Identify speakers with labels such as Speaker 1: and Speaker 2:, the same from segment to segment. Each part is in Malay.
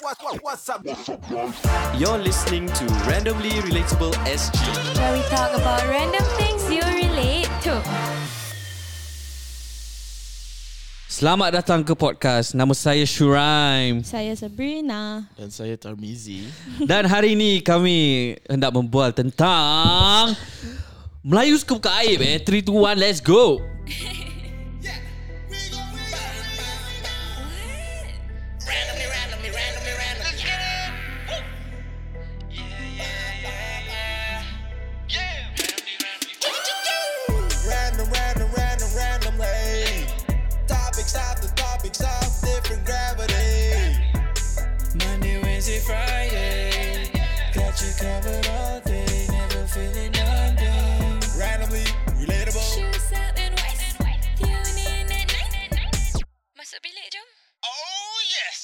Speaker 1: what, what, what's up?
Speaker 2: You're listening to Randomly Relatable SG.
Speaker 3: where we talk about random things you relate to.
Speaker 4: Selamat datang ke podcast. Nama saya Shuraim.
Speaker 3: Saya Sabrina.
Speaker 5: Dan saya Tarmizi
Speaker 4: Dan hari ini kami hendak membual tentang Melayu suka buka aib eh. 3, 2, 1, let's go.
Speaker 6: Random, random, random, randomly. Topics after topics of different gravity. Monday, Wednesday, Friday. Got you covered all day. Never feeling undone. Randomly, relatable.
Speaker 3: Shoes up and white. Tune in at night. Masuk bilik jom.
Speaker 6: Oh, yes.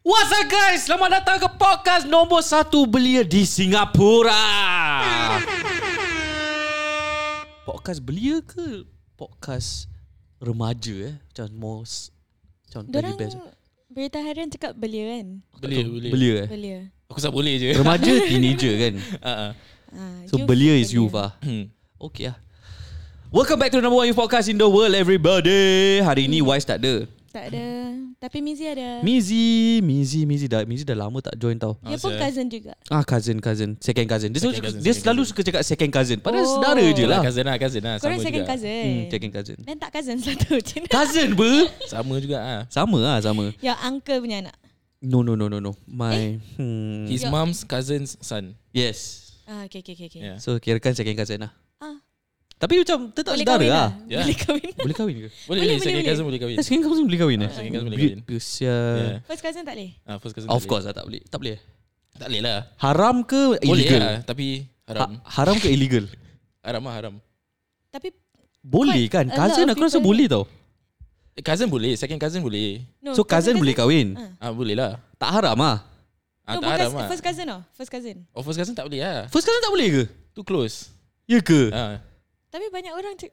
Speaker 4: What's up guys? Selamat datang ke podcast nombor 1 belia di Singapura. Podcast belia ke podcast remaja eh? Macam more s- macam
Speaker 7: Diorang
Speaker 4: lagi best.
Speaker 7: lah. berita harian cakap belia kan?
Speaker 5: Boleh, boleh.
Speaker 4: Belia eh?
Speaker 7: Belia.
Speaker 5: Aku tak boleh je
Speaker 4: Remaja teenager kan?
Speaker 5: uh-uh.
Speaker 7: Ah,
Speaker 4: So belia is youth ah.
Speaker 5: Hmm.
Speaker 4: Okay lah Welcome back to the number one youth podcast in the world everybody Hari ni
Speaker 7: Hmm.
Speaker 4: Wise tak ada
Speaker 7: Tak ada. Tapi Mizi ada.
Speaker 4: Mizi Mizi Mizi dah Mizi dah lama tak join tau
Speaker 7: Dia pun
Speaker 5: saya-
Speaker 7: cousin juga.
Speaker 4: Ah cousin cousin Second cousin Dia, selalu,
Speaker 5: Second cousin,
Speaker 4: dia
Speaker 5: second
Speaker 4: selalu suka cakap second cousin Padahal
Speaker 7: Oh.
Speaker 4: saudara je lah
Speaker 5: Cousin lah, cousin lah
Speaker 7: Korang
Speaker 5: Sama
Speaker 7: second
Speaker 5: juga
Speaker 7: cousin.
Speaker 4: hmm, Second cousin
Speaker 7: Dan tak cousin satu je.
Speaker 4: Cousin ber
Speaker 5: Sama juga ah.
Speaker 4: Sama lah sama
Speaker 7: Your uncle punya anak.
Speaker 4: No no no no no My
Speaker 7: Eh?
Speaker 4: hmm.
Speaker 5: His mom's cousin's son
Speaker 4: Yes
Speaker 7: Ah, okay, okay, okay. okay.
Speaker 5: Yeah.
Speaker 4: So kirakan second cousin lah
Speaker 7: Ah.
Speaker 4: Tapi macam tetap
Speaker 7: Boleh
Speaker 4: saudara
Speaker 7: kahwin
Speaker 4: lah
Speaker 7: lah.
Speaker 5: Ya.
Speaker 7: Boleh kahwin.
Speaker 4: Boleh kahwin ke?
Speaker 5: Boleh,
Speaker 7: Boleh,
Speaker 5: boleh second
Speaker 7: boleh,
Speaker 5: cousin boleh kahwin
Speaker 4: Eh, Second cousin boleh kahwin eh?
Speaker 5: second cousin boleh
Speaker 4: Weird ke,
Speaker 5: kahwin.
Speaker 4: sia.
Speaker 5: yeah.
Speaker 7: First cousin tak boleh?
Speaker 5: ah, First cousin
Speaker 4: Of
Speaker 5: tak
Speaker 4: course lah tak boleh Tak boleh eh?
Speaker 5: boleh. Tak boleh lah
Speaker 4: Haram ke
Speaker 5: Boleh
Speaker 4: illegal?
Speaker 5: lah Tapi haram
Speaker 4: Ha- haram ke illegal?
Speaker 5: Haram lah haram
Speaker 7: Tapi
Speaker 4: Boleh
Speaker 7: Quite
Speaker 4: kan?
Speaker 7: a lot
Speaker 4: Cousin
Speaker 7: of
Speaker 4: aku rasa
Speaker 7: people- Oh,
Speaker 4: boleh tau.
Speaker 5: Eh, Cousin boleh Second cousin boleh
Speaker 7: no.
Speaker 4: So cousin boleh kahwin.
Speaker 7: Ah.
Speaker 5: ah Boleh lah
Speaker 4: Tak haram ah.
Speaker 5: ah,
Speaker 7: No,
Speaker 5: Tak
Speaker 7: bukan
Speaker 5: haram lah
Speaker 7: first cousin oh. First cousin.
Speaker 5: Oh first cousin tak boleh lah
Speaker 4: First cousin tak boleh ke?
Speaker 5: Too close
Speaker 4: Ya ke?
Speaker 5: ah.
Speaker 7: Tapi banyak orang cak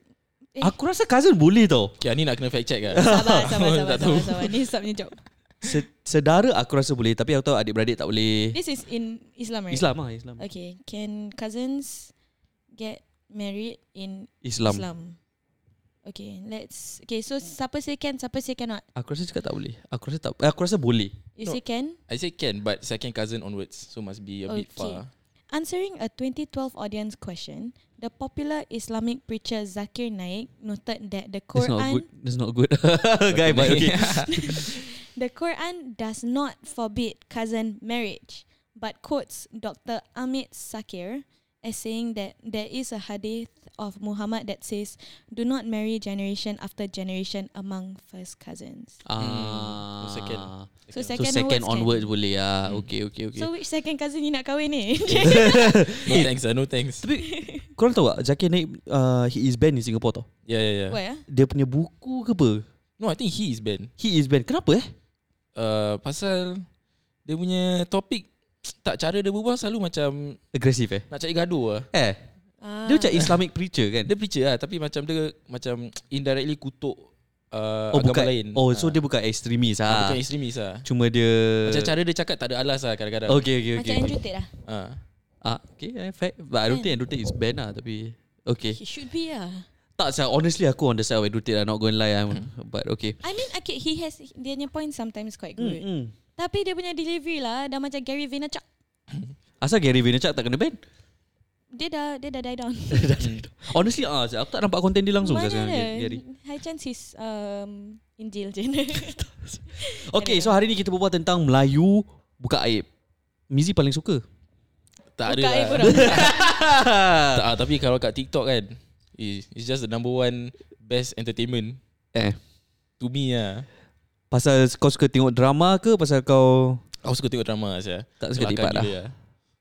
Speaker 7: Eh.
Speaker 4: Aku rasa cousin boleh tau.
Speaker 5: Okay, ah, ni nak kena fact check lah
Speaker 7: Sabar, sabar,
Speaker 5: Tak
Speaker 7: sabar,
Speaker 5: tahu.
Speaker 7: sabar, sabar. Ni subnya job.
Speaker 4: Se- sedara aku rasa boleh tapi aku tahu adik-beradik tak boleh.
Speaker 7: This is in Islam, right?
Speaker 4: Islam ah, Islam.
Speaker 7: Okay. Can cousins get married in
Speaker 4: Islam.
Speaker 7: Islam. Okay, let's. Okay, so siapa say can, siapa say cannot.
Speaker 4: Aku rasa cakap tak boleh. Aku rasa tak eh, aku rasa boleh.
Speaker 7: You
Speaker 5: No.
Speaker 7: say can.
Speaker 5: I say can But second cousin onwards So must be a
Speaker 7: Okay.
Speaker 5: bit far
Speaker 7: Answering a 2012 audience question, the popular Islamic preacher Zakir Naik noted that the
Speaker 4: That's not good.
Speaker 7: Quran,
Speaker 4: That's not good. Guy but okay.
Speaker 7: the Quran does not forbid cousin marriage, but quotes Dr. Amit Sakir as saying that there is a hadith of Muhammad that says, "Do not marry generation after generation among first cousins."
Speaker 4: Ah.
Speaker 5: So second.
Speaker 7: So
Speaker 4: So
Speaker 7: second,
Speaker 4: second onwards
Speaker 7: onwards
Speaker 4: boleh ah. Okay okay
Speaker 7: Can.
Speaker 4: okay.
Speaker 7: So which second cousin you nak kahwin ni?
Speaker 5: No thanks ah, no thanks
Speaker 4: Tapi korang tahu tak Zakir Naik uh, he is banned in Singapore tau.
Speaker 5: Yeah yeah yeah
Speaker 7: Where?
Speaker 4: Dia punya buku ke apa?
Speaker 5: No I think he is banned
Speaker 4: He is banned. Kenapa eh?
Speaker 5: uh, pasal dia punya topik tak cara dia berbual selalu macam
Speaker 4: Agresif eh?
Speaker 5: nak cari gaduh lah.
Speaker 4: Eh. Dia macam Islamic preacher kan?
Speaker 5: Ah. Dia preacher lah tapi macam dia macam indirectly kutuk uh,
Speaker 4: oh
Speaker 5: agama
Speaker 4: bukan.
Speaker 5: lain.
Speaker 4: Oh so
Speaker 5: Ah.
Speaker 4: dia bukan ekstremis
Speaker 5: Ah,
Speaker 4: ah.
Speaker 5: bukan ekstremis lah.
Speaker 4: Cuma dia
Speaker 5: Macam cara dia cakap tak ada alas lah kadang-kadang.
Speaker 4: Okay okay okay.
Speaker 7: Macam Andrew Tate lah.
Speaker 5: Ah.
Speaker 4: Ah, okay, eh, fact. But I don't think Andrew Tate is banned lah tapi okay.
Speaker 7: He should be lah.
Speaker 4: Tak saya honestly aku on the side of Andrew Tate lah not going lie I'm,
Speaker 5: Hmm.
Speaker 4: but okay.
Speaker 7: I mean, okay, he has dia punya point sometimes quite good. Mm,
Speaker 4: Mm.
Speaker 7: Tapi dia punya delivery lah dah macam Gary Vaynerchuk.
Speaker 4: Asal Gary Vaynerchuk tak kena ban?
Speaker 7: Dia dah dia dah die down.
Speaker 4: honestly ah, saya- aku tak nampak konten dia langsung
Speaker 7: Mana
Speaker 4: saya sekarang Gary.
Speaker 7: ada?
Speaker 4: Gary.
Speaker 7: High chance he's um, in jail je.
Speaker 4: Okay, so hari ni kita berbual tentang Melayu buka aib. Mizi paling suka.
Speaker 5: Tak ada
Speaker 7: Buka air
Speaker 5: lah.
Speaker 7: korang.
Speaker 5: Tak, ah, tapi kalau kat TikTok kan, eh, it's just the number one best entertainment
Speaker 4: Eh,
Speaker 5: to me lah.
Speaker 4: pasal kau suka tengok drama ke pasal kau
Speaker 5: Aku suka tengok drama saya.
Speaker 4: Tak suka tepat
Speaker 5: Kelakar
Speaker 4: lah.
Speaker 5: gila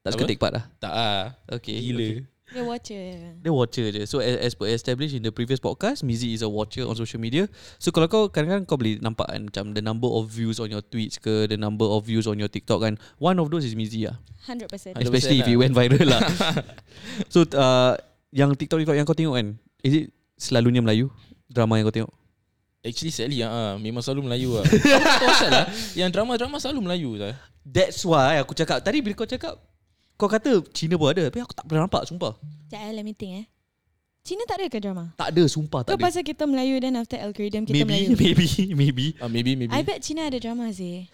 Speaker 4: tak suka
Speaker 5: Apa?
Speaker 4: take part lah?
Speaker 5: Tak ah.
Speaker 4: Okay.
Speaker 5: Gila.
Speaker 4: okay.
Speaker 7: Dia watcher.
Speaker 4: Dia watcher je So as, as per established in the previous podcast Mizi is a watcher on social media So kalau kau kadang-kadang kau boleh nampak kan Macam the number of views on your tweets ke The number of views on your TikTok kan One of those is Mizi lah
Speaker 7: 100%.
Speaker 5: 100%
Speaker 4: Especially if it
Speaker 5: lah.
Speaker 4: went viral lah So uh, yang TikTok-TikTok yang kau tengok kan Is it selalunya Melayu? Drama yang kau tengok
Speaker 5: Actually sadly ah, ah, Memang selalu Melayu lah Kau asal lah Yang drama-drama selalu Melayu lah
Speaker 4: That's why aku cakap Tadi bila kau cakap Kau kata Cina pun ada Tapi aku tak pernah nampak Sumpah
Speaker 7: Sekejap eh, let me think eh. Cina tak ada ke drama?
Speaker 4: Tak ada Sumpah tak
Speaker 7: Tak ke
Speaker 4: ada
Speaker 7: pasal kita Melayu then after algorithm kita
Speaker 4: Maybe
Speaker 7: Melayu?
Speaker 4: Maybe Maybe
Speaker 5: ah, Maybe maybe
Speaker 7: I bet Cina ada drama sih.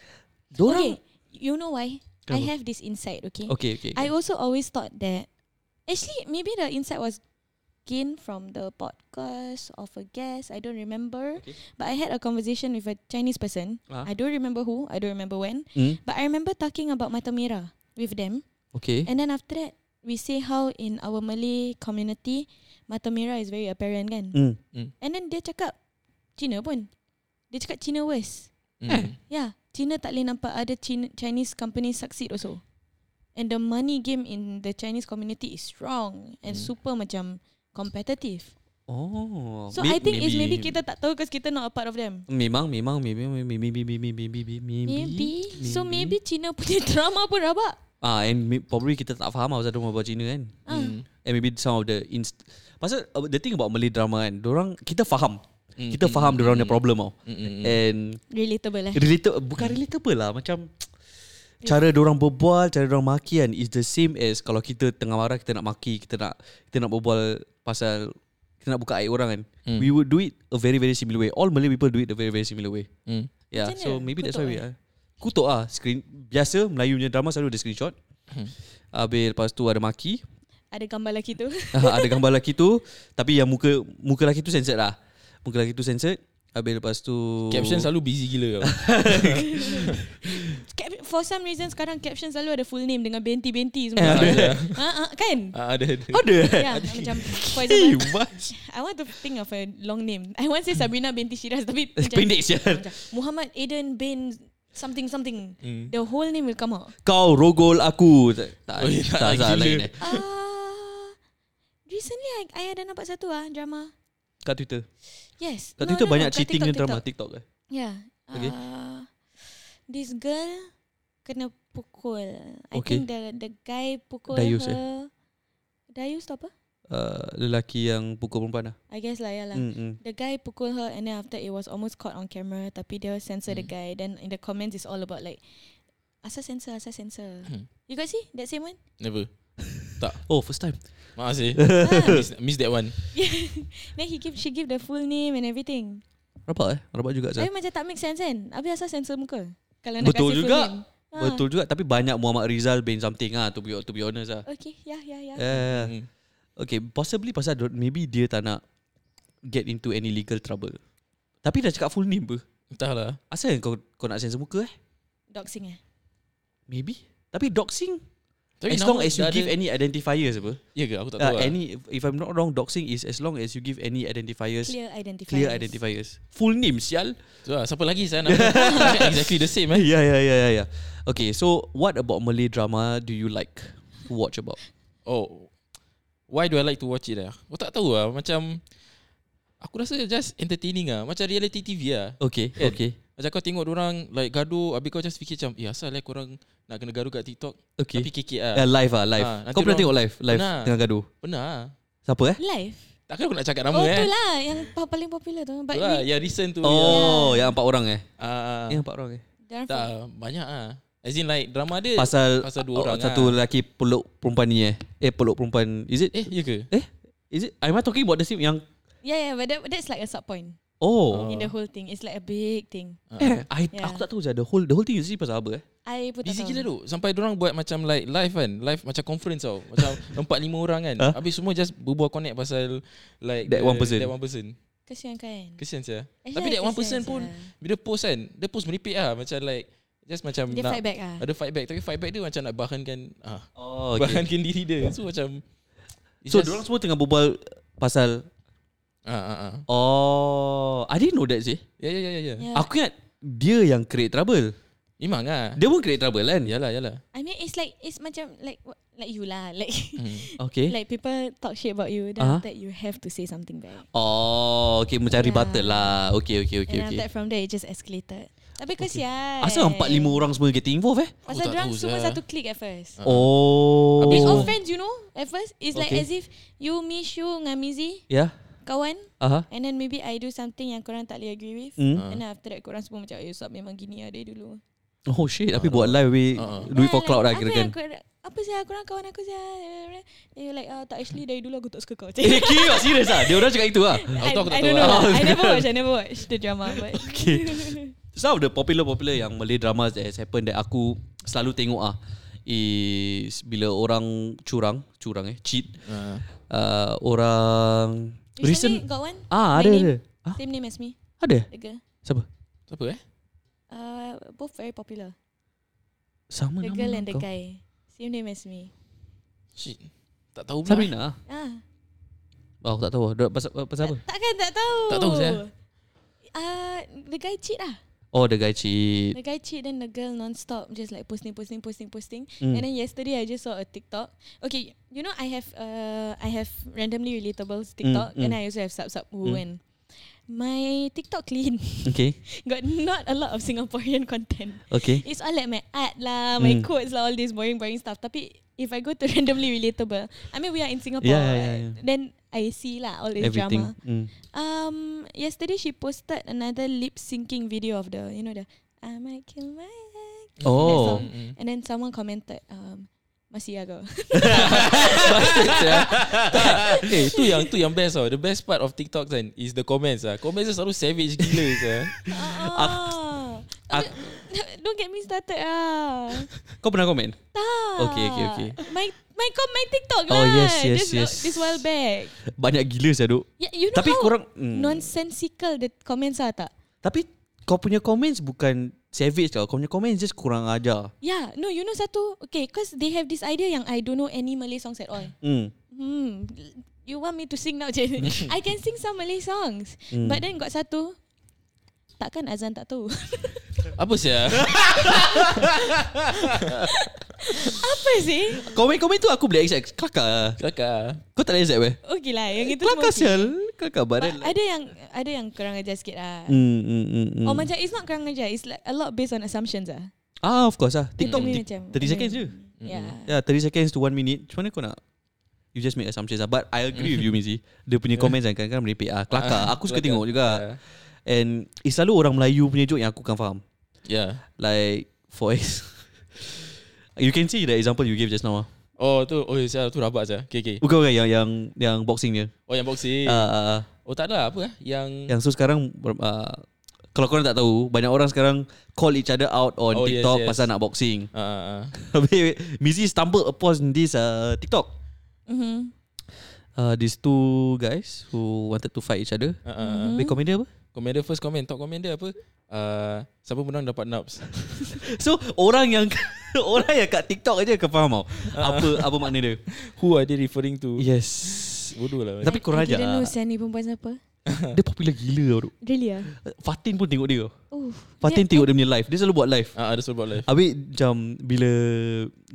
Speaker 4: Dorang
Speaker 7: Okay, you know why? I
Speaker 4: Kenapa?
Speaker 7: have this insight, okay?
Speaker 4: Okay okay, okay.
Speaker 7: I also always thought that actually maybe the insight was gained from the podcast of a guest. I don't remember,
Speaker 4: Okay.
Speaker 7: but I had a conversation with a Chinese person.
Speaker 4: Ah.
Speaker 7: I don't remember who. I don't remember when.
Speaker 4: Hmm,
Speaker 7: But I remember talking about Mata Merah with them,
Speaker 4: Okay
Speaker 7: and then after that we say how in our Malay community Mata Merah is very apparent, kan?
Speaker 4: Hmm.
Speaker 7: And then dia cakap Cina pun. Dia cakap Cina worse.
Speaker 5: mm.
Speaker 7: Yeah, Ya, China tak boleh nampak ada China, Chinese companies succeed also. And the money game in the Chinese community is strong and
Speaker 5: Hmm.
Speaker 7: super macam competitive.
Speaker 4: Oh
Speaker 7: So I think it's maybe kita tak tahu because kita not a part of them.
Speaker 4: Memang memang maybe maybe maybe maybe maybe maybe
Speaker 7: Maybe. So maybe China punya drama pun rabak.
Speaker 4: Ah and may- probably kita tak faham pasal drama about Cina kan.
Speaker 7: Ah.
Speaker 5: Mm.
Speaker 4: And maybe some of the inst- pasal uh, the thing about Malay drama kan, orang kita faham. Kita faham dorang punya problem tau. And
Speaker 7: Relatable eh.
Speaker 4: Relate bukan relatable lah macam cara orang berbual, cara orang maki kan is the same as kalau kita tengah marah kita nak maki, kita nak kita nak berbual pasal kita nak buka aib orang kan.
Speaker 5: Hmm.
Speaker 4: We would do it a very very similar way. All Malay people do it a very very similar way.
Speaker 5: Mm.
Speaker 4: Yeah,
Speaker 7: Macam
Speaker 4: so
Speaker 7: mana?
Speaker 4: maybe that's why
Speaker 7: Kutuk eh?
Speaker 4: we are. Kutuk ah screen biasa Melayu punya drama selalu ada screenshot.
Speaker 5: Hmm.
Speaker 4: Habis lepas tu ada maki
Speaker 7: Ada gambar lelaki tu.
Speaker 4: Ada gambar lelaki tu Tapi yang muka Muka lelaki tu censored lah Muka lelaki tu censored Habis lepas tu
Speaker 5: Caption selalu busy gila lah. tau.
Speaker 7: Cap- For some reason sekarang caption selalu ada full name dengan benti-benti semua.
Speaker 4: Eh, ada.
Speaker 7: Ha, ha, kan?
Speaker 5: Ah, ada ada.
Speaker 4: Ada eh?
Speaker 7: Ya, macam for
Speaker 4: Eh,
Speaker 7: example,
Speaker 4: mas.
Speaker 7: I want to think of a long name. I want to say Sabrina binti Shiraz tapi macam-
Speaker 4: Pendek sial
Speaker 7: Macam Muhammad Aiden bin something something.
Speaker 4: Hmm.
Speaker 7: The whole name will come out.
Speaker 4: Kau rogol aku Tak tak,
Speaker 5: Oh, ya,
Speaker 4: tak, tak
Speaker 5: gila.
Speaker 4: lain eh.
Speaker 7: Ah, recently I, I ada nampak satu ah drama.
Speaker 4: Kat Twitter
Speaker 7: Yes.
Speaker 4: Kat Twitter banyak
Speaker 7: kat
Speaker 4: cheating
Speaker 7: TikTok,
Speaker 4: dengan drama TikTok
Speaker 7: TikTok.
Speaker 4: eh
Speaker 7: Yeah.
Speaker 4: Okay.
Speaker 7: Ya. Ah, this girl kena pukul. I
Speaker 4: Okay.
Speaker 7: think the the guy pukul
Speaker 4: Dayus, eh?
Speaker 7: her. Dayus tu apa?
Speaker 4: uh, Lelaki yang pukul perempuan lah
Speaker 7: I guess lah ya lah.
Speaker 4: mm, mm.
Speaker 7: The guy pukul her and then after it was almost caught on camera tapi dia censor
Speaker 4: Hmm.
Speaker 7: the guy. Then in the comments it's all about like asal censor, asal censor.
Speaker 5: Hmm.
Speaker 7: You guys see that same one?
Speaker 5: Never.
Speaker 4: Oh first time
Speaker 5: Maaf sih.
Speaker 7: Ah.
Speaker 5: miss, miss that one.
Speaker 7: Then he give she give the full name and everything.
Speaker 4: Rabak eh Rabak juga
Speaker 7: Tapi
Speaker 4: Zah.
Speaker 7: macam tak make sense kan? Habis asal sensor muka? Kalau nak
Speaker 4: Betul
Speaker 7: kasi
Speaker 4: juga.
Speaker 7: full name. Ha.
Speaker 4: Betul juga Tapi banyak Muhammad Rizal Bin something lah To be, to be honest lah
Speaker 7: Okay, ya ya ya.
Speaker 4: yeah.
Speaker 5: Mm.
Speaker 4: Okay possibly pasal dor- Maybe dia tak nak Get into any legal trouble Tapi dah cakap full name ber
Speaker 5: Entahlah.
Speaker 4: Asal kau, kau nak censor muka eh
Speaker 7: Doxing eh.
Speaker 4: Maybe Tapi doxing As
Speaker 5: Tapi nama
Speaker 4: long as you
Speaker 5: dah
Speaker 4: give
Speaker 5: ada,
Speaker 4: any identifiers apa
Speaker 5: Ya ke aku tak
Speaker 4: uh,
Speaker 5: tahu. lah.
Speaker 4: any if I'm not wrong doxing is as long as you give any identifiers clear,
Speaker 7: Clear identifier.
Speaker 4: identifiers full name sial
Speaker 5: Tu lah, siapa lagi saya nama? Jangan exactly the same eh.
Speaker 4: yeah yeah yeah yeah yeah okay so what about Malay drama do you like to watch about
Speaker 5: Oh. Why do I like to watch it lah? Aku tak tahu lah macam aku rasa just entertaining ah. Macam reality TV lah.
Speaker 4: okay
Speaker 5: Kan?
Speaker 4: okay
Speaker 5: Macam kau tengok orang like gaduh Habis kau just fikir macam Eh asal eh korang Nak kena gaduh kat TikTok
Speaker 4: okay
Speaker 5: Tapi kekek lah
Speaker 4: yeah, live ah live
Speaker 5: Ah, nanti
Speaker 4: kau pernah
Speaker 5: dorang-
Speaker 4: tengok live live
Speaker 5: Pernah.
Speaker 4: tengah gaduh
Speaker 5: Pernah lah
Speaker 4: siapa eh
Speaker 7: Live.
Speaker 5: Takkan aku nak cakap nama
Speaker 7: Oh
Speaker 5: eh
Speaker 7: tu lah yang pa- paling popular tu. But
Speaker 5: Tu lah
Speaker 7: we,
Speaker 5: Yang recent tu
Speaker 4: oh yang empat orang eh
Speaker 5: Ah,
Speaker 4: yang empat orang eh
Speaker 7: yeah.
Speaker 5: Tak banyak ah. As in like drama dia
Speaker 4: pasal,
Speaker 5: pasal dua
Speaker 4: oh,
Speaker 5: orang
Speaker 4: satu
Speaker 5: lah.
Speaker 4: lelaki peluk perempuan ni eh eh peluk perempuan is it
Speaker 5: Eh ya ke?
Speaker 4: eh is it am I talking about the same yang
Speaker 7: yeah yeah, Ya, but that, that's like a sub point
Speaker 4: oh,
Speaker 7: in the whole thing. It's like a big thing.
Speaker 4: Eh, I,
Speaker 7: Yeah.
Speaker 4: aku tak tahu je the whole the whole thing is pasal apa eh
Speaker 7: I pun tak
Speaker 5: Busy
Speaker 7: tahu.
Speaker 5: gila tu Sampai orang buat macam like live kan Live macam conference tau Macam empat lima orang kan
Speaker 4: Huh?
Speaker 5: Habis semua just berbual connect pasal Like
Speaker 4: That
Speaker 5: the-
Speaker 4: one person.
Speaker 5: That one person
Speaker 7: Kesian kan?
Speaker 5: Kesian saya
Speaker 7: Actually,
Speaker 5: Tapi
Speaker 7: I
Speaker 5: that one
Speaker 7: kesian
Speaker 5: person
Speaker 7: sia.
Speaker 5: pun Bila post kan Dia post meripik lah Macam like Just macam
Speaker 7: Dia
Speaker 5: nak
Speaker 7: fight back ah.
Speaker 5: Ada fight back Tapi fight back dia macam nak bahankan ah,
Speaker 4: oh
Speaker 5: Bahankan diri dia So macam it's
Speaker 4: So
Speaker 5: just-
Speaker 4: diorang semua tengah berbual pasal
Speaker 5: ah, ah, ah.
Speaker 4: Oh, I didn't know that sih.
Speaker 5: Ya ya ya ya, ya
Speaker 7: Yeah.
Speaker 4: Aku ingat dia yang create trouble.
Speaker 5: Memang lah
Speaker 4: Dia pun create trouble kan?
Speaker 5: Yalah yalah
Speaker 7: I mean it's like it's macam like what- like you lah like
Speaker 4: Okay.
Speaker 7: like people talk shit about you
Speaker 4: Eh.
Speaker 7: then
Speaker 4: Uh-huh.
Speaker 7: after that you have to say something back.
Speaker 4: oh, okay macam
Speaker 7: Yeah.
Speaker 4: rebuttal lah. Okay, okay, okay,
Speaker 7: And
Speaker 4: okay.
Speaker 7: after that from there it just escalated. Tapi kesian.
Speaker 4: Asal empat lima orang semua getting involved eh?
Speaker 7: Pasal
Speaker 5: Aku tak
Speaker 7: dorang
Speaker 5: tahu
Speaker 7: semua
Speaker 5: sia.
Speaker 7: satu click at first.
Speaker 4: Oh.
Speaker 7: It's
Speaker 5: Habis
Speaker 7: all
Speaker 5: Oh.
Speaker 7: friends you know At first It's like
Speaker 4: Okay.
Speaker 7: as if You, Mishu dengan Mizi
Speaker 4: Yeah.
Speaker 7: kawan
Speaker 4: Ya? Aha.
Speaker 7: and then maybe I do something yang korang tak boleh agree with.
Speaker 4: Mm.
Speaker 7: And then after that korang semua macam Eh Ustaz memang gini ada dulu
Speaker 4: Oh shit, tapi buat live we
Speaker 5: Ah, ah.
Speaker 4: do it for
Speaker 7: Ah,
Speaker 4: cloud lah
Speaker 7: apa
Speaker 4: kira kan.
Speaker 7: yang korang- Apa sih ah, korang kawan aku sih And you're like oh, Tak actually dari dulu aku tak suka kau
Speaker 4: Eh, kira serius ah. Dia orang cakap itu ah.
Speaker 7: I,
Speaker 5: Aku tahu, aku tak
Speaker 7: I
Speaker 5: tahu
Speaker 7: don't know
Speaker 5: lah.
Speaker 7: lah. I never watch I never watch the drama but
Speaker 4: Okay. Some of the popular-popular yang Malay dramas that has happened that aku selalu tengok ah is bila orang curang, curang eh, cheat.
Speaker 5: Ah.
Speaker 4: Uh, orang
Speaker 7: Recently got one
Speaker 4: Ah,
Speaker 7: My
Speaker 4: ada
Speaker 7: name.
Speaker 4: ada. Ah,
Speaker 7: Same name as me
Speaker 4: ada.
Speaker 7: The girl
Speaker 4: Siapa?
Speaker 5: Siapa eh?
Speaker 7: uh, Both very popular
Speaker 4: Sama
Speaker 7: The
Speaker 4: nama
Speaker 7: girl and the
Speaker 4: kau.
Speaker 7: guy Same name as me
Speaker 5: Shit. Tak tahu pula.
Speaker 4: Sabrina. ah.
Speaker 7: Ah,
Speaker 4: Oh, aku tak tahu. Dia- Pasal pasal apa?
Speaker 7: Takkan tak tahu
Speaker 5: Tak tahu, Zia.
Speaker 7: Uh, the guy cheat lah
Speaker 4: Oh, the guy cheat.
Speaker 7: The guy cheat then the girl non-stop just like posting, posting, posting, posting.
Speaker 4: Mm.
Speaker 7: And then yesterday I just saw a TikTok. Okay, you know I have uh I have randomly relatables TikTok
Speaker 4: mm.
Speaker 7: and I also have sub sub
Speaker 4: Mm.
Speaker 7: who and my TikTok clean
Speaker 4: Okay.
Speaker 7: got not a lot of Singaporean content.
Speaker 4: Okay.
Speaker 7: It's all like my art lah, my
Speaker 4: Mm.
Speaker 7: quotes lah, all this boring boring stuff. Tapi if I go to randomly relatable, I mean we are in Singapore.
Speaker 4: Yeah, yeah, yeah, yeah.
Speaker 7: Then I see lah all this drama.
Speaker 4: Everything. Mm.
Speaker 7: Um, yesterday she posted another lip syncing video of the, you know, the I might kill my ex.
Speaker 4: Oh.
Speaker 7: That song. And then someone commented, um, masih ago.
Speaker 5: Eh, tu yang tu yang best tau. The best part of TikTok kan is the comments ah. Comments dia selalu savage gila sah.
Speaker 7: Ah,
Speaker 4: ak-
Speaker 7: don't get me started ah.
Speaker 4: Kau pernah komen?
Speaker 7: Tak.
Speaker 4: Okay, okay, okay.
Speaker 7: My my com my TikTok
Speaker 4: Oh,
Speaker 7: lah.
Speaker 4: yes, yes,
Speaker 7: this,
Speaker 4: yes.
Speaker 7: This while back.
Speaker 4: Banyak gila saya duk.
Speaker 7: Yeah, you know
Speaker 4: Tapi
Speaker 7: how
Speaker 4: korang mm,
Speaker 7: nonsensical the comments are tak?
Speaker 4: Tapi kau punya comments bukan savage tau. Kau punya comments just kurang ajar.
Speaker 7: Yeah, no, you know satu, okay, cause they have this idea yang I don't know any Malay songs at all.
Speaker 4: Hmm.
Speaker 7: Hmm, you want me to sing now, Jay? I can sing some Malay songs.
Speaker 4: Hmm.
Speaker 7: But then got satu, takkan Azan tak tahu.
Speaker 5: Apa sih?
Speaker 7: Apa sih?
Speaker 4: Komen-komen tu aku boleh accept. Kelakar lah.
Speaker 5: Kakak.
Speaker 4: Kau tak boleh accept weh?
Speaker 7: Okay lah, yang itu
Speaker 4: Kelakar
Speaker 7: semua. okay.
Speaker 4: sial. Kelakar
Speaker 7: But
Speaker 4: badan. lah.
Speaker 7: ada yang ada yang kurang ajar sikit lah.
Speaker 4: Hmm, hmm, hmm, hmm.
Speaker 7: Or Oh, macam it's not kurang ajar, it's like a lot based on assumptions lah.
Speaker 4: Ah, of course lah. TikTok
Speaker 7: Tapi
Speaker 4: tik-
Speaker 7: Hmm, macam,
Speaker 4: 30 seconds
Speaker 7: hmm,
Speaker 4: je.
Speaker 7: Yeah.
Speaker 4: Yeah, 30 seconds to 1 minute. Macam mana kau nak? You just make assumptions lah. But I agree with you, Mizi. Dia punya comments kan kadang-kadang merepek lah. Kelakar. Aku suka
Speaker 5: Ah, Kelakar.
Speaker 4: tengok juga. And it's selalu orang Melayu punya joke yang aku kan faham.
Speaker 5: Yeah.
Speaker 4: Like, for ex- You can see the example you gave just now ah.
Speaker 5: Oh tu oh sial tu rabak sah. Okay, okay.
Speaker 4: Bukan bukan yang yang yang boxing dia.
Speaker 5: Oh
Speaker 7: Eh.
Speaker 5: yang boxing.
Speaker 4: Ah, Ya. ah, ah.
Speaker 5: Oh tak ada lah, apa eh? Yang
Speaker 4: yang so sekarang ah, kalau korang tak tahu, banyak orang sekarang call each other out on
Speaker 5: Oh, yes,
Speaker 4: TikTok
Speaker 5: yes.
Speaker 4: pasal nak boxing.
Speaker 5: ah ah, ah.
Speaker 4: Habis Mizi stumble upon this uh, TikTok.
Speaker 7: Mm-hmm.
Speaker 4: Uh, these two guys who wanted to fight each other.
Speaker 5: ah, ah.
Speaker 4: Habis komen dia apa?
Speaker 5: Komen dia first comment, top comment dia apa? Uh, siapa menang dapat nubs.
Speaker 4: So orang yang orang yang kat TikTok aja akan faham tau.
Speaker 5: Uh-huh.
Speaker 4: Apa apa makna dia.
Speaker 5: Who are they referring
Speaker 4: Ya.
Speaker 5: to?
Speaker 4: Yes.
Speaker 5: Bodoh lah.
Speaker 4: Tapi korang
Speaker 7: I didn't know
Speaker 4: aja.
Speaker 7: Sian ni perempuan siapa.
Speaker 4: Dia popular gila tau.
Speaker 7: Really ah?
Speaker 4: Fatin pun tengok dia.
Speaker 7: Oh.
Speaker 4: Fatin
Speaker 7: dia-
Speaker 4: tengok dia punya live. Dia selalu buat live.
Speaker 5: Ah, ada sebab live.
Speaker 4: Habis macam bila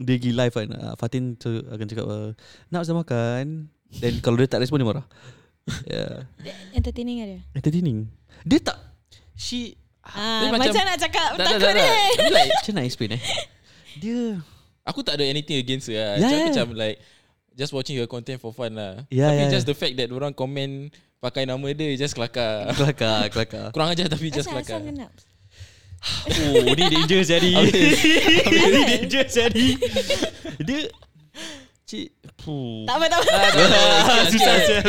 Speaker 4: dia pergi live kan, uh, Fatin tu akan cakap, uh, nak sudah makan. Then kalau dia tak respon, dia marah. Yeah.
Speaker 7: Entertaining ada.
Speaker 4: Entertaining. Dia tak, she,
Speaker 7: Ah,
Speaker 5: Dia
Speaker 7: macam,
Speaker 5: macam-
Speaker 7: nak cakap
Speaker 5: Tak, tak,
Speaker 7: takut
Speaker 5: tak, tak.
Speaker 7: eh.
Speaker 5: Tapi like,
Speaker 4: macam nak explain eh? Dia,
Speaker 5: Aku tak ada anything against her
Speaker 4: Yeah,
Speaker 5: lah. Yeah,
Speaker 4: yeah.
Speaker 5: Macam like just watching her content for fun lah.
Speaker 4: Yeah,
Speaker 5: tapi
Speaker 4: yeah,
Speaker 5: just the fact that orang komen pakai nama dia just kelakar.
Speaker 4: kelakar, kelakar.
Speaker 5: Kurang aja tapi just
Speaker 7: Asal asal
Speaker 5: kelakar.
Speaker 7: kenapa?
Speaker 4: Oh, ni danger jadi. ni danger jadi. Dia, cik, puh.
Speaker 7: Tak apa tak
Speaker 4: Ah.
Speaker 7: apa.
Speaker 4: Susah sial.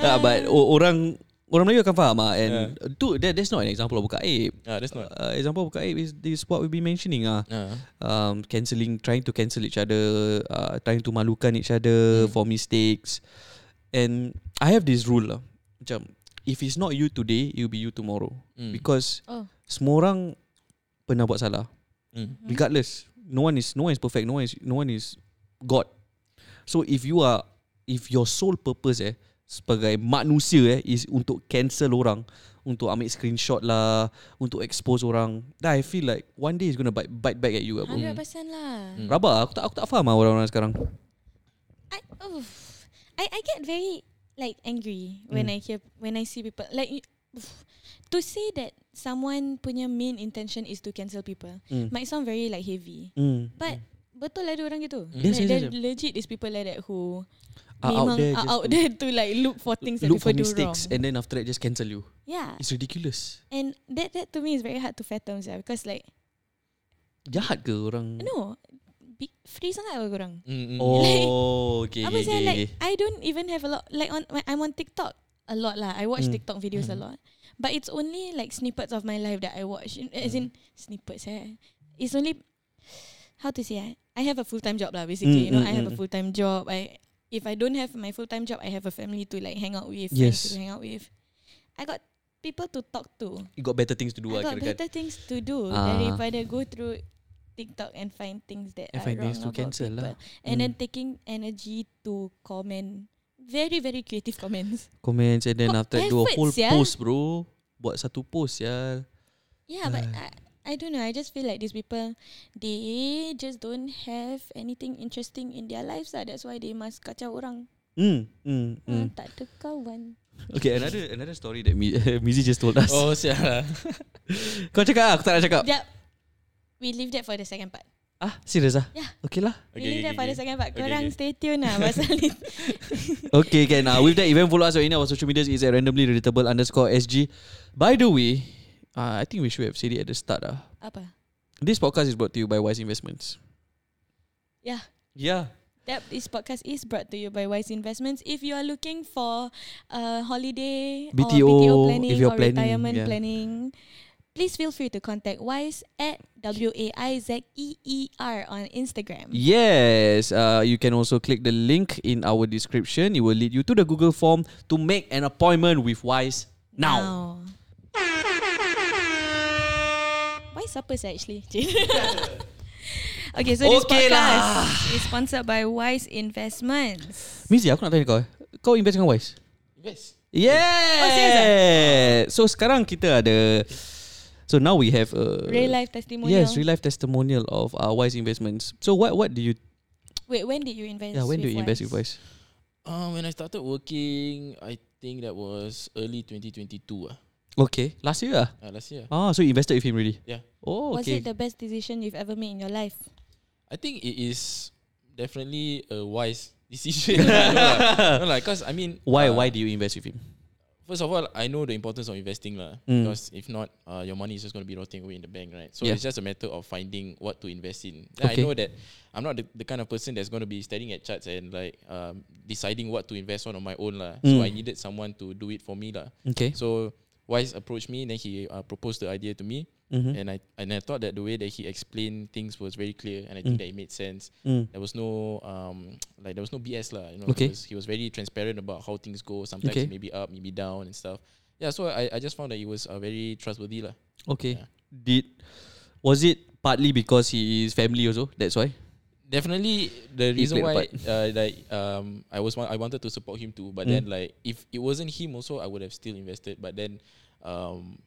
Speaker 4: Tak, Ah, but o- orang, orang Melayu akan faham ah and yeah. tu that, that's not an example of buka aib.
Speaker 5: Ah, that's not.
Speaker 4: uh, example buka aib is, is what we've been mentioning ah.
Speaker 5: Ah.
Speaker 4: Um, cancelling, trying to cancel each other, uh, trying to malukan each other for mistakes. And I have this rule lah. Macam, if it's not you today, it'll be you tomorrow.
Speaker 5: Mm.
Speaker 4: Because
Speaker 7: Oh. Hmm.
Speaker 4: semua orang pernah buat salah.
Speaker 5: Mm.
Speaker 4: Regardless, no one is no one is perfect. No one is no one is God. So if you are if your sole purpose eh sebagai manusia eh is untuk cancel orang, untuk ambil screenshot lah, untuk expose orang, then I feel like one day is gonna bite bite back at you. Aku.
Speaker 7: Hundred percent lah.
Speaker 4: Rabak ah, aku tak aku tak faham lah orang-orang sekarang.
Speaker 7: I oof. I I get very like angry when
Speaker 4: Hmm.
Speaker 7: I hear when I see people like you- oof. to say that someone punya main intention is to cancel people
Speaker 4: Mm.
Speaker 7: might sound very like heavy,
Speaker 4: Hmm.
Speaker 7: but betul ada orang gitu.
Speaker 4: Yes,
Speaker 7: like,
Speaker 4: yes,
Speaker 7: there
Speaker 4: yes.
Speaker 7: legit is people like that who
Speaker 4: Are out
Speaker 7: memang
Speaker 4: there
Speaker 7: are
Speaker 4: just
Speaker 7: out
Speaker 4: to
Speaker 7: there to like look for things
Speaker 4: look
Speaker 7: that
Speaker 4: for
Speaker 7: people do
Speaker 4: mistakes
Speaker 7: wrong.
Speaker 4: and then after that just cancel you.
Speaker 7: yeah,
Speaker 4: It's ridiculous.
Speaker 7: and that that to me is very hard to fathom, yeah, because like
Speaker 4: Jahat ke orang?
Speaker 7: no, big free sangat lah orang.
Speaker 5: Mm, mm, mm.
Speaker 4: Oh, okay,
Speaker 7: Apa
Speaker 4: okay,
Speaker 7: saya
Speaker 4: okay,
Speaker 7: like
Speaker 4: okay.
Speaker 7: I don't even have a lot like on when I'm on TikTok a lot lah. I watch
Speaker 4: Mm.
Speaker 7: TikTok videos a
Speaker 4: Mm.
Speaker 7: lot. But it's only like snippets of my life that I watch. In- As in
Speaker 4: Hmm.
Speaker 7: snippets eh. It's only how to say eh? I have a full time job lah basically.
Speaker 4: Mm,
Speaker 7: you know,
Speaker 4: mm,
Speaker 7: I have a
Speaker 4: mm.
Speaker 7: full time job. I if I don't have my full time job, I have a family to like hang out with, friends
Speaker 4: Yes.
Speaker 7: to hang out with. I got people to talk to.
Speaker 4: You got better things to do lah
Speaker 7: I got
Speaker 4: kirakan.
Speaker 7: better things to do
Speaker 4: Ah.
Speaker 7: daripada go through TikTok and find things that
Speaker 4: And
Speaker 7: are
Speaker 4: find
Speaker 7: wrong
Speaker 4: things to
Speaker 7: about
Speaker 4: cancel
Speaker 7: people.
Speaker 4: lah.
Speaker 7: And
Speaker 4: Mm.
Speaker 7: then taking energy to comment very very creative comments.
Speaker 4: Comments and then
Speaker 7: Got
Speaker 4: after that do a
Speaker 7: effort,
Speaker 4: whole
Speaker 7: sia.
Speaker 4: post bro. Buat satu post ya.
Speaker 7: Yeah, but
Speaker 4: Ah.
Speaker 7: I, I don't know. I just feel like these people they just don't have anything interesting in their lives lah. That's why they must kacau orang.
Speaker 4: Mm, mm, mm.
Speaker 7: Hmm, tak ada kawan.
Speaker 4: Okay, another another story that Mi- Mizi just told us.
Speaker 5: Oh, siapa?
Speaker 4: Kau cakap ah, aku tak nak cakap.
Speaker 7: Sekejap. We leave that for the second part.
Speaker 4: Ah, serius ah?
Speaker 7: Yeah.
Speaker 4: Okay lah.
Speaker 7: We leave that for the second part.
Speaker 5: Okay,
Speaker 7: Korang
Speaker 5: okay.
Speaker 7: stay tuned lah pasal ni.
Speaker 4: Okay, can. Uh, with that, even follow us on any of our social medias. It's at randomly relatable underscore SG. By the way, uh, I think we should have said it at the start. Uh.
Speaker 7: Apa?
Speaker 4: This podcast is brought to you by Wise Investments.
Speaker 7: Yeah.
Speaker 4: Yeah.
Speaker 7: Yep, this podcast is brought to you by Wise Investments. If you are looking for uh, holiday
Speaker 4: BTO,
Speaker 7: or BTO
Speaker 4: if
Speaker 7: planning
Speaker 4: you're
Speaker 7: or
Speaker 4: planning,
Speaker 7: retirement
Speaker 4: yeah.
Speaker 7: planning, please feel free to contact Wise at W A I Z E E R on Instagram.
Speaker 4: Yes. Uh, you can also click the link in our description. It will lead you to the Google form to make an appointment with Wise now.
Speaker 7: Wise Suppers actually. okay, so this
Speaker 4: Okay
Speaker 7: podcast
Speaker 4: lah.
Speaker 7: is sponsored by Wise Investments.
Speaker 4: Mizi, aku nak tanya kau. eh. Kau invest dengan Wise?
Speaker 5: Yes.
Speaker 4: Yeah.
Speaker 7: Oh, serious eh?
Speaker 4: so sekarang kita ada. So now we have a
Speaker 7: Real life testimonial.
Speaker 4: Uh, Yes, real life testimonial of uh, Wise Investments. So what what do you
Speaker 7: Wait, when did you invest?
Speaker 4: yeah, when do
Speaker 7: with
Speaker 4: you invest with Wise?
Speaker 5: Uh, when I started working, I think that was early 2022. Uh,
Speaker 4: Okay, last year. Ah,
Speaker 5: uh last year.
Speaker 4: ah so you invested with him really?
Speaker 5: Yeah.
Speaker 4: Oh,
Speaker 7: Was
Speaker 4: okay.
Speaker 7: it the best decision you've ever made in your life?
Speaker 5: I think it is definitely a wise decision. no, like, cause I mean,
Speaker 4: why
Speaker 5: uh,
Speaker 4: why do you invest with him?
Speaker 5: First of all, I know the importance of investing lah.
Speaker 4: Mm.
Speaker 5: Because if not, uh, your money is just going to be rotting away in the bank, right? So
Speaker 4: Yeah.
Speaker 5: it's just a matter of finding what to invest in. Then
Speaker 4: Okay.
Speaker 5: I know that I'm not the, the kind of person that's going to be staring at charts and like um, deciding what to invest on on my own lah. So
Speaker 4: Mm.
Speaker 5: I needed someone to do it for me lah.
Speaker 4: Okay.
Speaker 5: So Wise approached me, then he uh, proposed the idea to me,
Speaker 4: Mhm.
Speaker 5: and I and I thought that the way that he explained things was very clear, and I think that it made sense.
Speaker 4: Mm.
Speaker 5: There was no um like there was no BS lah. You know,
Speaker 4: Okay.
Speaker 5: he, was, he was very transparent about how things go. Sometimes
Speaker 4: Okay.
Speaker 5: maybe up, maybe down, and stuff. Yeah, so I, I just found that he was uh, very trustworthy lah.
Speaker 4: Okay.
Speaker 5: Yeah.
Speaker 4: Did was it partly because he is family also? That's why.
Speaker 5: Definitely, the
Speaker 4: He
Speaker 5: reason
Speaker 4: played a
Speaker 5: why
Speaker 4: part. Hmm.
Speaker 5: uh, like um I was wa- I wanted to support him too, but then like if it wasn't him also, I would have still invested. But then, um,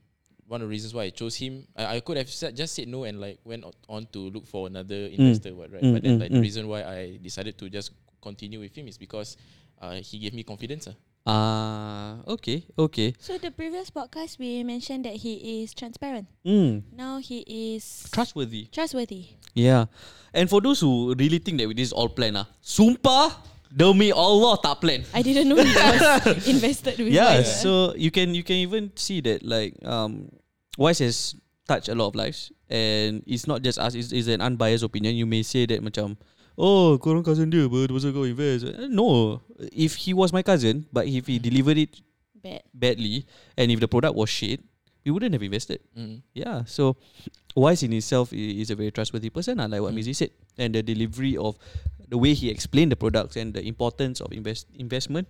Speaker 5: one of the reasons why I chose him, I, I could have said, just said no and like went o- on to look for another investor, what right?
Speaker 4: Mm,
Speaker 5: but then
Speaker 4: mm,
Speaker 5: like
Speaker 4: mm.
Speaker 5: the reason why I decided to just continue with him is because uh, he gave me confidence. ah.
Speaker 4: Ah, okay, okay.
Speaker 7: So the previous podcast we mentioned that he is transparent.
Speaker 4: Mm.
Speaker 7: Now he is
Speaker 4: Trustworthy.
Speaker 7: trustworthy.
Speaker 4: Yeah. And for those who really think that this is all plan ah, sumpah demi Allah tak plan.
Speaker 7: I didn't know he was invested with
Speaker 4: yeah,
Speaker 7: Wise.
Speaker 4: so you can you can even see that like um Wise has touched a lot of lives and it's not just us it's, it's an unbiased opinion you may say that macam oh korang cousin dia apa tu pasal kau invest Uh, no if he was my cousin but if he delivered it
Speaker 7: Bad.
Speaker 4: badly and if the product was shit we wouldn't have invested
Speaker 5: Mm.
Speaker 4: yeah so Wise in himself i- is a very trustworthy person ah, like what Mizi said and the delivery of the way he explained the products and the importance of invest investment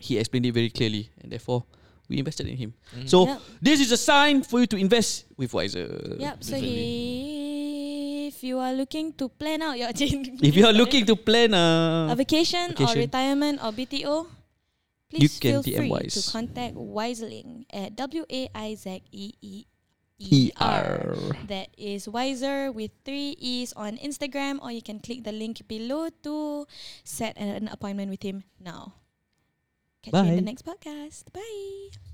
Speaker 4: he explained it very clearly and therefore we invested in him so
Speaker 7: Yep.
Speaker 4: this is a sign for you to invest with Wiser
Speaker 7: Yep. So he, if you are looking to plan out your
Speaker 4: if you are looking to plan
Speaker 7: a
Speaker 4: uh,
Speaker 7: vacation, or
Speaker 4: vacation.
Speaker 7: retirement or BTO, please
Speaker 4: You can
Speaker 7: feel
Speaker 4: DM
Speaker 7: free
Speaker 4: Wise.
Speaker 7: to contact Wiseling at W A I Z E E
Speaker 4: E
Speaker 7: E
Speaker 4: R.
Speaker 7: R. That is Wiser with three E's on Instagram, or you can click the link below to set an, an appointment with him now. Catch you in
Speaker 4: Bye.
Speaker 7: the next podcast. Bye.